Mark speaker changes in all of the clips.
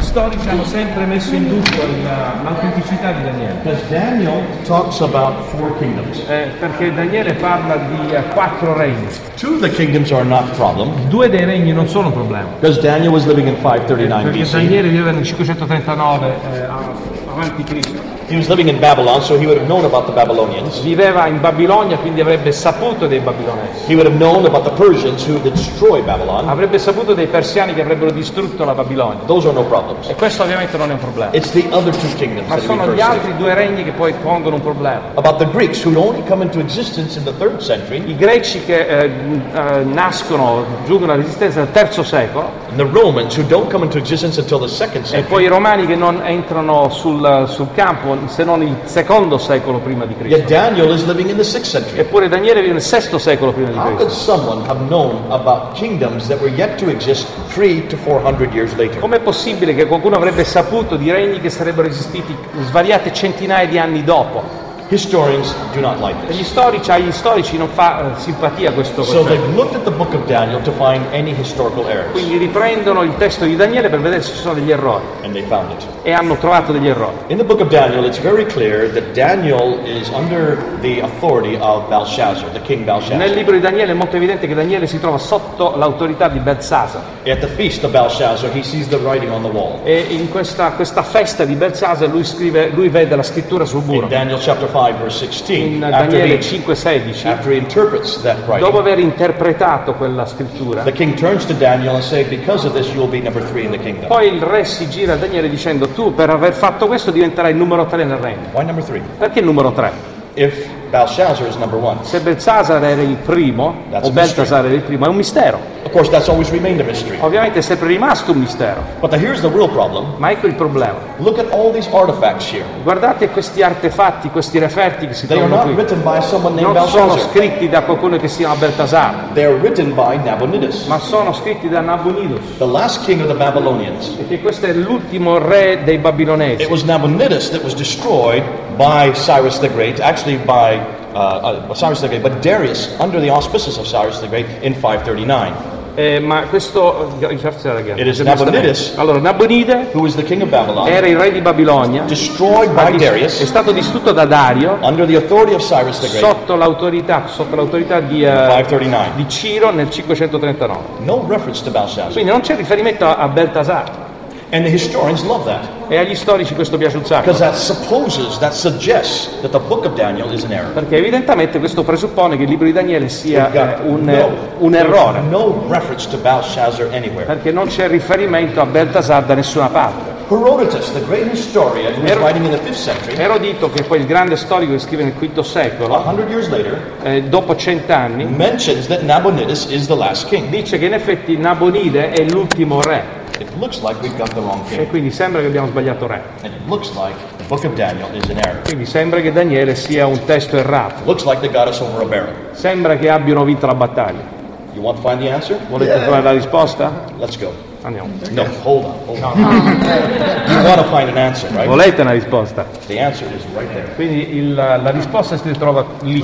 Speaker 1: storici hanno sempre messo in dubbio la- l'autenticità di Daniele,
Speaker 2: Because Daniel talks about four kingdoms.
Speaker 1: eh, perché Daniele parla di eh, quattro regni.
Speaker 2: Two of the kingdoms are not a problem
Speaker 1: Due dei regni non sono un problema,
Speaker 2: because Daniel was living in 539
Speaker 1: perché
Speaker 2: BC.
Speaker 1: Daniele viveva nel 539 eh, av- avanti Cristo.
Speaker 2: He was living in Babylon, so he would have known about the Babylonians.
Speaker 1: Viveva in Babilonia, quindi avrebbe saputo dei babilonesi.
Speaker 2: He would have known about the Persians who destroy Babylon.
Speaker 1: Avrebbe saputo dei persiani che avrebbero distrutto la Babilonia.
Speaker 2: Those are no problems.
Speaker 1: E questo ovviamente non è un problema.
Speaker 2: It's the other two kingdoms
Speaker 1: Ma
Speaker 2: that he
Speaker 1: sono gli
Speaker 2: refers to.
Speaker 1: altri due regni che poi pongono un problema.
Speaker 2: About the Greeks, who only come into existence in the third century,
Speaker 1: I greci che eh, mh, eh, nascono, giungono alla resistenza nel III secolo,
Speaker 2: and the Romans, who don't come into existence until the second
Speaker 1: e
Speaker 2: century.
Speaker 1: poi i romani che non entrano sul, sul campo se non il secondo secolo prima di Cristo.
Speaker 2: Yet Daniel is living in the sixth century.
Speaker 1: Eppure Daniele vive nel VI secolo prima di
Speaker 2: How
Speaker 1: Cristo.
Speaker 2: could someone have known about kingdoms that were yet to exist three to four hundred years later?
Speaker 1: Com'è possibile che qualcuno avrebbe saputo di regni che sarebbero esistiti svariate centinaia di anni dopo?
Speaker 2: Historians do not like
Speaker 1: E
Speaker 2: this.
Speaker 1: Gli storici, agli storici non fa eh, simpatia questo
Speaker 2: So
Speaker 1: concetto.
Speaker 2: they've looked at the book of Daniel to find any historical errors,
Speaker 1: Quindi riprendono il testo di Daniele per vedere se ci sono degli errori
Speaker 2: and they found it.
Speaker 1: e hanno trovato degli errori.
Speaker 2: In the book of Daniel, it's very clear that Daniel is under the authority of Belshazzar, the king
Speaker 1: Nel
Speaker 2: Belshazzar.
Speaker 1: libro di Daniele è molto evidente che Daniele si trova sotto l'autorità di Belsasa
Speaker 2: At the feast of Belshazzar, he sees the writing on the wall.
Speaker 1: e in questa, questa festa di Belsasa lui, scrive, lui vede la scrittura sul
Speaker 2: In
Speaker 1: muro.
Speaker 2: Daniel chapter 5, verse
Speaker 1: In uh,
Speaker 2: 16, after
Speaker 1: Daniele
Speaker 2: he,
Speaker 1: 5,16,
Speaker 2: after he interprets that
Speaker 1: dopo
Speaker 2: writing,
Speaker 1: aver interpretato quella scrittura,
Speaker 2: the king turns to Daniel and says, Because of this, you will be number three in the kingdom.
Speaker 1: poi il re si gira a Daniele dicendo tu per aver fatto questo diventerai il numero 3 nel regno.
Speaker 2: Why number three?
Speaker 1: Perché il numero 3?
Speaker 2: If Belshazzar is number one.
Speaker 1: Se Belsasar era il primo,
Speaker 2: That's
Speaker 1: o
Speaker 2: a mystery.
Speaker 1: Beltasar era il primo, è un mistero.
Speaker 2: Of course, that's always remained a mystery.
Speaker 1: Ovviamente è sempre rimasto un mistero,
Speaker 2: But the, here's the real problem.
Speaker 1: ma ecco il problema.
Speaker 2: Look at all these artifacts here.
Speaker 1: Guardate questi artefatti, questi referti che si
Speaker 2: They are
Speaker 1: trovano
Speaker 2: not
Speaker 1: qui.
Speaker 2: written by someone named
Speaker 1: non sono
Speaker 2: Belshazzar.
Speaker 1: scritti da qualcuno che si chiama Beltasar,
Speaker 2: They are written by Nabonidus,
Speaker 1: ma sono scritti da Nabonidus,
Speaker 2: the last king of the Babylonians.
Speaker 1: perché questo è l'ultimo re dei
Speaker 2: It
Speaker 1: babilonesi.
Speaker 2: was Nabonidus that was destroyed by Cyrus the Great, actually by uh, uh, Cyrus the Great, but Darius under the auspices of Cyrus the Great in 539,
Speaker 1: Eh, ma questo... eh, It
Speaker 2: is Nabonidus.
Speaker 1: Allora, Nabonide
Speaker 2: who was the king of Babylon,
Speaker 1: era il re di Babilonia,
Speaker 2: destroyed by
Speaker 1: è
Speaker 2: Darius
Speaker 1: stato distrutto da Dario
Speaker 2: under the authority of Cyrus the Great,
Speaker 1: sotto l'autorità, sotto l'autorità di, eh,
Speaker 2: 539.
Speaker 1: di Ciro nel 539.
Speaker 2: No reference to Belshazzar.
Speaker 1: Quindi non c'è riferimento a, a Beltasar
Speaker 2: And the historians love that.
Speaker 1: e agli storici questo piace un sacco.
Speaker 2: Because that supposes, that suggests that the book of Daniel is an error.
Speaker 1: Perché evidentemente questo presuppone che il libro di Daniele sia eh, un, eh, un errore.
Speaker 2: No reference to Belshazzar anywhere.
Speaker 1: perché non c'è riferimento a Beltasar da nessuna parte.
Speaker 2: Herodotus, the great historian who was
Speaker 1: Her-
Speaker 2: writing in the 5th century,
Speaker 1: Erodito, che è poi il grande storico che scrive nel V secolo,
Speaker 2: 100 years later,
Speaker 1: eh, dopo cent'anni,
Speaker 2: mentions that Nabonidus is the last king.
Speaker 1: dice che in effetti Nabonide è l'ultimo re
Speaker 2: It looks like we've got the wrong
Speaker 1: e
Speaker 2: king.
Speaker 1: quindi sembra che abbiamo sbagliato re.
Speaker 2: And it looks like the book of Daniel is an error.
Speaker 1: Quindi sembra che Daniele sia un testo errato,
Speaker 2: Looks like they got us over a barrel.
Speaker 1: sembra che abbiano vinto la battaglia.
Speaker 2: You want to find the answer?
Speaker 1: Volete trovare la risposta?
Speaker 2: Let's go.
Speaker 1: Andiamo.
Speaker 2: No, hold on. Hold on. you want to find an answer, right?
Speaker 1: Volete una risposta?
Speaker 2: The answer is right there.
Speaker 1: Quindi il- la risposta si trova lì.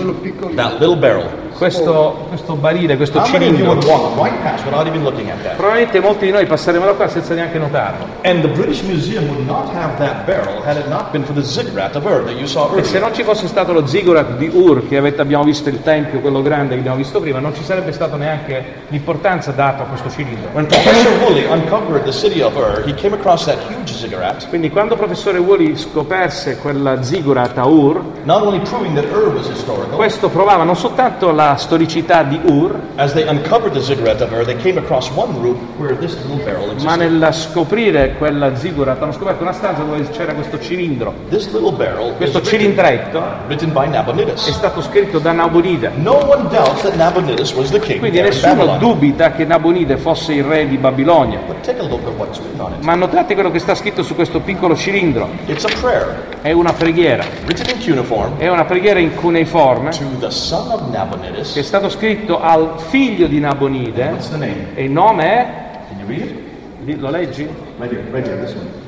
Speaker 2: That little barrel.
Speaker 1: Questo, questo barile, questo
Speaker 2: How many of you
Speaker 1: cilindro.
Speaker 2: would walk right past without even looking at that?
Speaker 1: Probabilmente molti di noi passeremo da qua senza neanche notarlo.
Speaker 2: And the British Museum would not have that barrel had it not been for the ziggurat of Ur that you saw
Speaker 1: E se
Speaker 2: earlier.
Speaker 1: non ci fosse stato lo ziggurat di Ur, che avete- abbiamo visto il tempio, quello grande che abbiamo visto prima, non ci sarebbe stata neanche l'importanza data a questo cilindro.
Speaker 2: When Professor Woolley uncovered the city of Ur, he came across that huge ziggurat,
Speaker 1: Quindi quando il professore Woolley scoperse quella ziggurat a Ur,
Speaker 2: not only proving that Ur was historical,
Speaker 1: questo provava non soltanto la storicità di Ur,
Speaker 2: as they uncovered the ziggurat of Ur, they came across one room where this little barrel
Speaker 1: ma
Speaker 2: existed.
Speaker 1: nel scoprire quella ziggurat hanno scoperto una stanza dove c'era questo cilindro.
Speaker 2: This little barrel was
Speaker 1: Questo cilindretto
Speaker 2: written by
Speaker 1: è
Speaker 2: Nabonidus.
Speaker 1: stato scritto da Nabonide.
Speaker 2: No one doubts that Nabonidus was the king
Speaker 1: Quindi
Speaker 2: there in
Speaker 1: nessuno
Speaker 2: Babylon.
Speaker 1: dubita che Nabonide fosse il re di Babilonia.
Speaker 2: But take a look at what's written on it.
Speaker 1: Ma notate quello che sta scritto su questo piccolo cilindro.
Speaker 2: It's a prayer
Speaker 1: È una preghiera.
Speaker 2: written in cuneiform
Speaker 1: È una preghiera in cuneiforme
Speaker 2: to the son of Nabonidus.
Speaker 1: che è stato scritto al figlio di Nabonide
Speaker 2: What's the name?
Speaker 1: e il nome è...
Speaker 2: Can you read it?
Speaker 1: li- Lo leggi?
Speaker 2: Right here, right here, this one.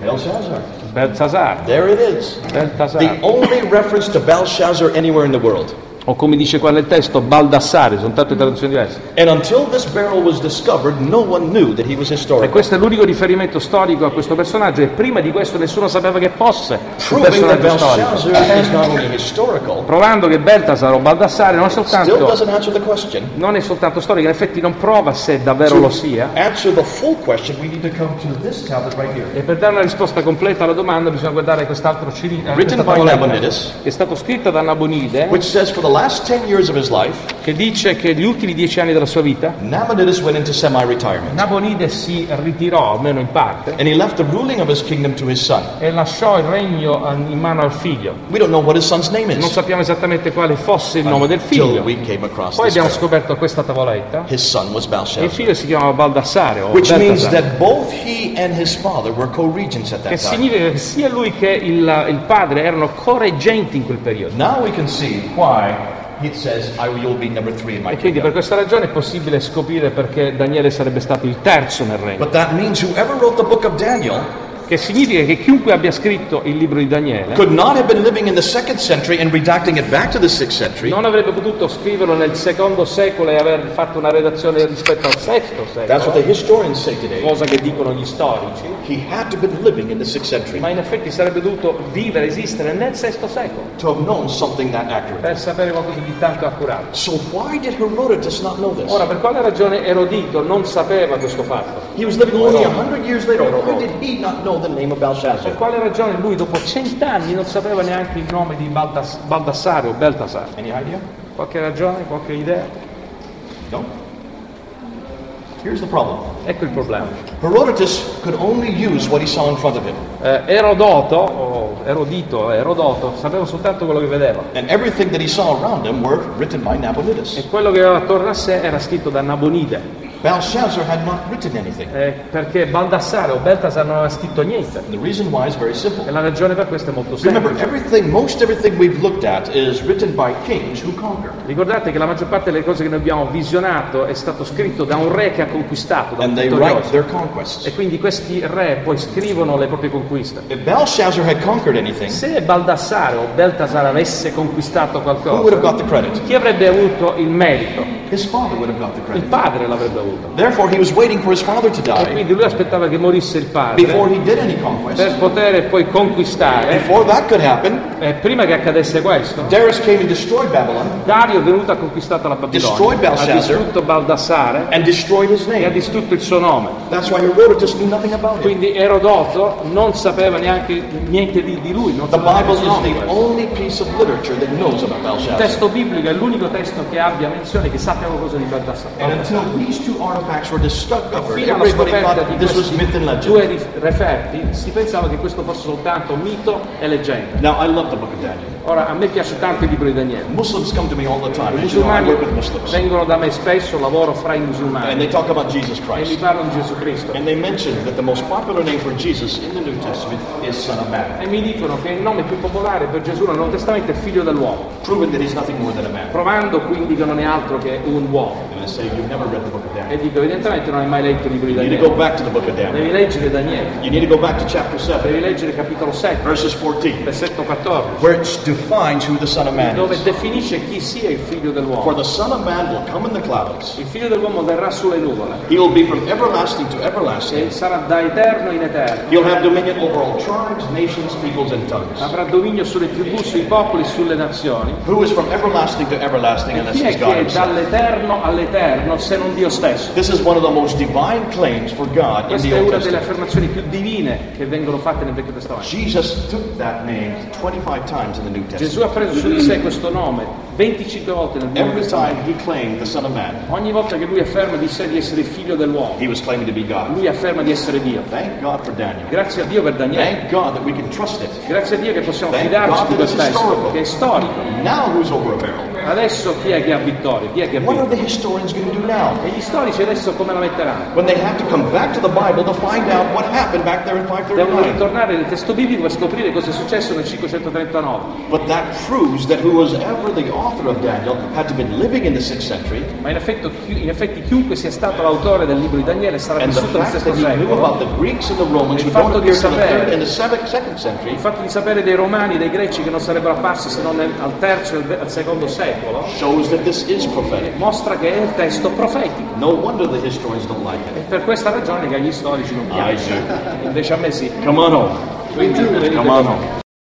Speaker 2: Belshazzar.
Speaker 1: Belsasar.
Speaker 2: There it is. The
Speaker 1: Beltasar.
Speaker 2: only reference to Belshazzar anywhere in the world.
Speaker 1: o come dice qua nel testo, Baldassare, sono tante traduzioni diverse.
Speaker 2: And until this barrel was discovered, no one knew that he was
Speaker 1: E
Speaker 2: historical,
Speaker 1: questo è l'unico riferimento storico a questo personaggio e prima di questo nessuno sapeva che fosse un
Speaker 2: proving that
Speaker 1: personaggio storico.
Speaker 2: Belshazzar is not only historical,
Speaker 1: Provando che Baltasar o Baldassare non è
Speaker 2: still
Speaker 1: soltanto,
Speaker 2: doesn't answer the question.
Speaker 1: non è soltanto storico, in effetti non prova se davvero
Speaker 2: To
Speaker 1: lo sia.
Speaker 2: answer the full question, we need to come to this tablet right here.
Speaker 1: E per dare una risposta completa alla domanda bisogna guardare quest'altro cilindro
Speaker 2: Written by Nabonidus,
Speaker 1: che è stato scritto da Nabonide
Speaker 2: which says for the last 10 years of his life,
Speaker 1: che dice che gli ultimi dieci anni della sua vita
Speaker 2: Nabonidus went into semi retirement.
Speaker 1: Nabonide si ritirò, almeno in parte,
Speaker 2: And he left the ruling of his kingdom to his son.
Speaker 1: e lasciò il regno eh, in mano al figlio.
Speaker 2: We don't know what his son's name
Speaker 1: Non
Speaker 2: is
Speaker 1: sappiamo esattamente quale fosse il nome del
Speaker 2: until
Speaker 1: figlio.
Speaker 2: we came across
Speaker 1: Poi
Speaker 2: this.
Speaker 1: abbiamo
Speaker 2: text.
Speaker 1: scoperto questa tavoletta.
Speaker 2: His son
Speaker 1: E
Speaker 2: was
Speaker 1: il
Speaker 2: Belshazzar.
Speaker 1: figlio si chiamava Baldassare o
Speaker 2: Which means
Speaker 1: Baltasar,
Speaker 2: that both he and his father were co-regents at
Speaker 1: che
Speaker 2: that time.
Speaker 1: significa che sia lui che il, il padre erano correggenti in quel periodo.
Speaker 2: Now we can see why he says, I will be number three in my
Speaker 1: E Quindi per
Speaker 2: kingdom.
Speaker 1: questa ragione è possibile scoprire perché Daniele sarebbe stato il terzo nel regno.
Speaker 2: But that means whoever wrote the book of Daniel
Speaker 1: Che significa che chiunque abbia scritto il libro di Daniele
Speaker 2: could not have been living in the second century and redacting it back to the sixth century.
Speaker 1: non avrebbe potuto scriverlo nel secondo secolo e aver fatto una redazione rispetto al sesto
Speaker 2: That's what
Speaker 1: secolo,
Speaker 2: the historians say today.
Speaker 1: cosa che dicono gli storici,
Speaker 2: He had to have been living in the sixth century
Speaker 1: ma in effetti sarebbe dovuto vivere, esistere nel sesto secolo
Speaker 2: to have known something that accurate.
Speaker 1: per sapere qualcosa di tanto accurato.
Speaker 2: So why did Herodotus not know this?
Speaker 1: Ora, per quale ragione Erodito non sapeva questo fatto?
Speaker 2: He was living only a hundred years later. Why did he not know the name of Belshazzar?
Speaker 1: Per quale ragione lui dopo cent'anni non sapeva neanche il nome di Baltas- Baldassare o Beltasar?
Speaker 2: Any idea?
Speaker 1: Qualche ragione, qualche idea?
Speaker 2: No. Here's the problem.
Speaker 1: Ecco il problema.
Speaker 2: Herodotus could only use what he saw in front of him.
Speaker 1: Eh, Erodoto, o Erodito, Erodoto, sapeva soltanto quello che vedeva.
Speaker 2: And everything that he saw around him were written by Nabonidus.
Speaker 1: E quello che aveva attorno a sé era scritto da Nabonide,
Speaker 2: Belshazzar had not written anything.
Speaker 1: eh, perché Baldassare o Beltasar non aveva scritto niente.
Speaker 2: And the reason why is very
Speaker 1: E
Speaker 2: simple.
Speaker 1: la ragione per questo è molto
Speaker 2: Remember,
Speaker 1: semplice.
Speaker 2: everything, most everything we've looked at is written by kings who conquer.
Speaker 1: Ricordate che la maggior parte delle cose che noi abbiamo visionato è stato scritto da un re che ha conquistato, da un
Speaker 2: And they write
Speaker 1: vittorioso.
Speaker 2: their conquests.
Speaker 1: E quindi questi re poi scrivono le proprie conquiste.
Speaker 2: If Belshazzar had conquered anything,
Speaker 1: Se Baldassare o Beltasar avesse conquistato
Speaker 2: who would have
Speaker 1: qualcosa,
Speaker 2: got the credit?
Speaker 1: chi avrebbe avuto il merito?
Speaker 2: His father would have got the
Speaker 1: Il
Speaker 2: credit.
Speaker 1: padre l'avrebbe avuto.
Speaker 2: Therefore, he was waiting for his father to
Speaker 1: E
Speaker 2: die
Speaker 1: quindi lui aspettava che morisse il padre
Speaker 2: before he did any conquest.
Speaker 1: per poter poi conquistare.
Speaker 2: Before that could happen,
Speaker 1: E prima che accadesse questo,
Speaker 2: Darius came and destroyed Babylon
Speaker 1: Dario è venuto a conquistare la
Speaker 2: Destroyed
Speaker 1: Babilonia, ha
Speaker 2: Belshazzar.
Speaker 1: distrutto Baldassare
Speaker 2: and destroyed his
Speaker 1: e ha
Speaker 2: name.
Speaker 1: distrutto il suo nome.
Speaker 2: That's why Herodotus knew nothing about it.
Speaker 1: Quindi Erodoto non sapeva neanche niente di, di lui, non
Speaker 2: The
Speaker 1: sapeva
Speaker 2: Bible
Speaker 1: neanche
Speaker 2: is
Speaker 1: il
Speaker 2: the
Speaker 1: nome.
Speaker 2: only piece of literature that knows about
Speaker 1: Il
Speaker 2: Belshazzar.
Speaker 1: testo biblico è l'unico testo che abbia menzione che sappia qualcosa di Baldassare.
Speaker 2: And until these two artifacts were discovered,
Speaker 1: Fino alla
Speaker 2: everybody
Speaker 1: scoperta
Speaker 2: thought
Speaker 1: di
Speaker 2: this was myth and
Speaker 1: questi
Speaker 2: legend.
Speaker 1: due rif- referti si pensava che questo fosse soltanto mito e leggenda.
Speaker 2: Now, I love the book of Daniel.
Speaker 1: Ora, a me piace tanto il libro di Daniele.
Speaker 2: Muslims come to me all the time.
Speaker 1: I
Speaker 2: As you know, I
Speaker 1: musulmani
Speaker 2: work with Muslims.
Speaker 1: vengono da me spesso, lavoro fra i
Speaker 2: And
Speaker 1: musulmani
Speaker 2: they talk about Jesus
Speaker 1: e mi
Speaker 2: Christ.
Speaker 1: parlano di Gesù Cristo.
Speaker 2: And they mention that the most popular name for Jesus in the New Testament is Son of Man,
Speaker 1: E mi dicono che il nome più popolare per Gesù nel Nuovo Testamento è figlio dell'uomo,
Speaker 2: proving that he's nothing more than a man.
Speaker 1: provando quindi che non è altro che un uomo.
Speaker 2: And I say, you've never read the book of
Speaker 1: E
Speaker 2: Daniel.
Speaker 1: dico, evidentemente non hai mai letto il libro di
Speaker 2: You need to go
Speaker 1: Daniele.
Speaker 2: back to the book of Daniel.
Speaker 1: Devi leggere Daniele,
Speaker 2: You need to go back to chapter 7,
Speaker 1: devi leggere capitolo 7,
Speaker 2: verses 14,
Speaker 1: versetto 14,
Speaker 2: where it defines who the Son of Man
Speaker 1: dove
Speaker 2: is.
Speaker 1: definisce chi sia il figlio dell'uomo.
Speaker 2: For the Son of Man will come in the clouds.
Speaker 1: Il figlio dell'uomo verrà sulle nuvole
Speaker 2: He will be from everlasting to
Speaker 1: e
Speaker 2: everlasting.
Speaker 1: sarà da eterno in eterno.
Speaker 2: He'll have dominion over all tribes, nations, peoples, and tongues.
Speaker 1: Avrà dominio sulle tribù, sui popoli, sulle nazioni.
Speaker 2: Who is from everlasting to everlasting, and this
Speaker 1: Chi
Speaker 2: is
Speaker 1: è
Speaker 2: God
Speaker 1: che è
Speaker 2: Himself.
Speaker 1: dall'eterno all'eterno se non Dio stesso?
Speaker 2: This is one of the most divine claims for God in
Speaker 1: Questa
Speaker 2: the
Speaker 1: è
Speaker 2: Old
Speaker 1: una delle
Speaker 2: Testament.
Speaker 1: affermazioni più divine che vengono fatte nel Vecchio Testamento.
Speaker 2: Jesus took that name 25 times in the New
Speaker 1: Gesù
Speaker 2: Testament.
Speaker 1: ha preso su di sé questo nome 25 volte nel Nuovo
Speaker 2: Every
Speaker 1: Testamento.
Speaker 2: time he claimed the Son of Man,
Speaker 1: Ogni volta che lui afferma di sé di essere figlio dell'uomo,
Speaker 2: he was claiming to be God.
Speaker 1: lui afferma di essere Dio.
Speaker 2: Thank God for Daniel.
Speaker 1: Grazie a Dio per Daniele.
Speaker 2: Thank God that we can trust it.
Speaker 1: Grazie a Dio che possiamo
Speaker 2: Thank
Speaker 1: fidarci
Speaker 2: God
Speaker 1: di
Speaker 2: that it's
Speaker 1: quel testo,
Speaker 2: historical.
Speaker 1: che è storico.
Speaker 2: Now who's over a barrel?
Speaker 1: Adesso chi è che ha vittoria? Chi è che ha
Speaker 2: What
Speaker 1: vinto?
Speaker 2: are the historians going to do now?
Speaker 1: E gli storici adesso come la metteranno?
Speaker 2: When they have to come back to the Bible to find out what happened back there in
Speaker 1: Devono
Speaker 2: 539.
Speaker 1: ritornare nel testo biblico per scoprire cosa è successo nel 539.
Speaker 2: But that proves that who was ever the author of Daniel had to have been living in the 6th century,
Speaker 1: Ma in effetti, chi- in effetti chiunque sia stato l'autore del libro di Daniele sarà
Speaker 2: and the
Speaker 1: vissuto nel
Speaker 2: fact
Speaker 1: VI
Speaker 2: that he knew
Speaker 1: secolo.
Speaker 2: about the Greeks and the Romans who
Speaker 1: Il fatto
Speaker 2: don't
Speaker 1: di
Speaker 2: appear till the
Speaker 1: sapere-
Speaker 2: 3rd and the 7th, 2nd century
Speaker 1: Il fatto di sapere dei romani e dei greci che non sarebbero apparsi se non nel- al terzo e al ve- al secondo secolo
Speaker 2: shows that this is prophetic.
Speaker 1: mostra che è il testo profetico.
Speaker 2: No wonder the historians don't like
Speaker 1: E
Speaker 2: it.
Speaker 1: per questa ragione che agli storici non piace,
Speaker 2: do.
Speaker 1: invece a me sì.
Speaker 2: Come on home.
Speaker 1: Quindi, vedete-
Speaker 2: Come on home.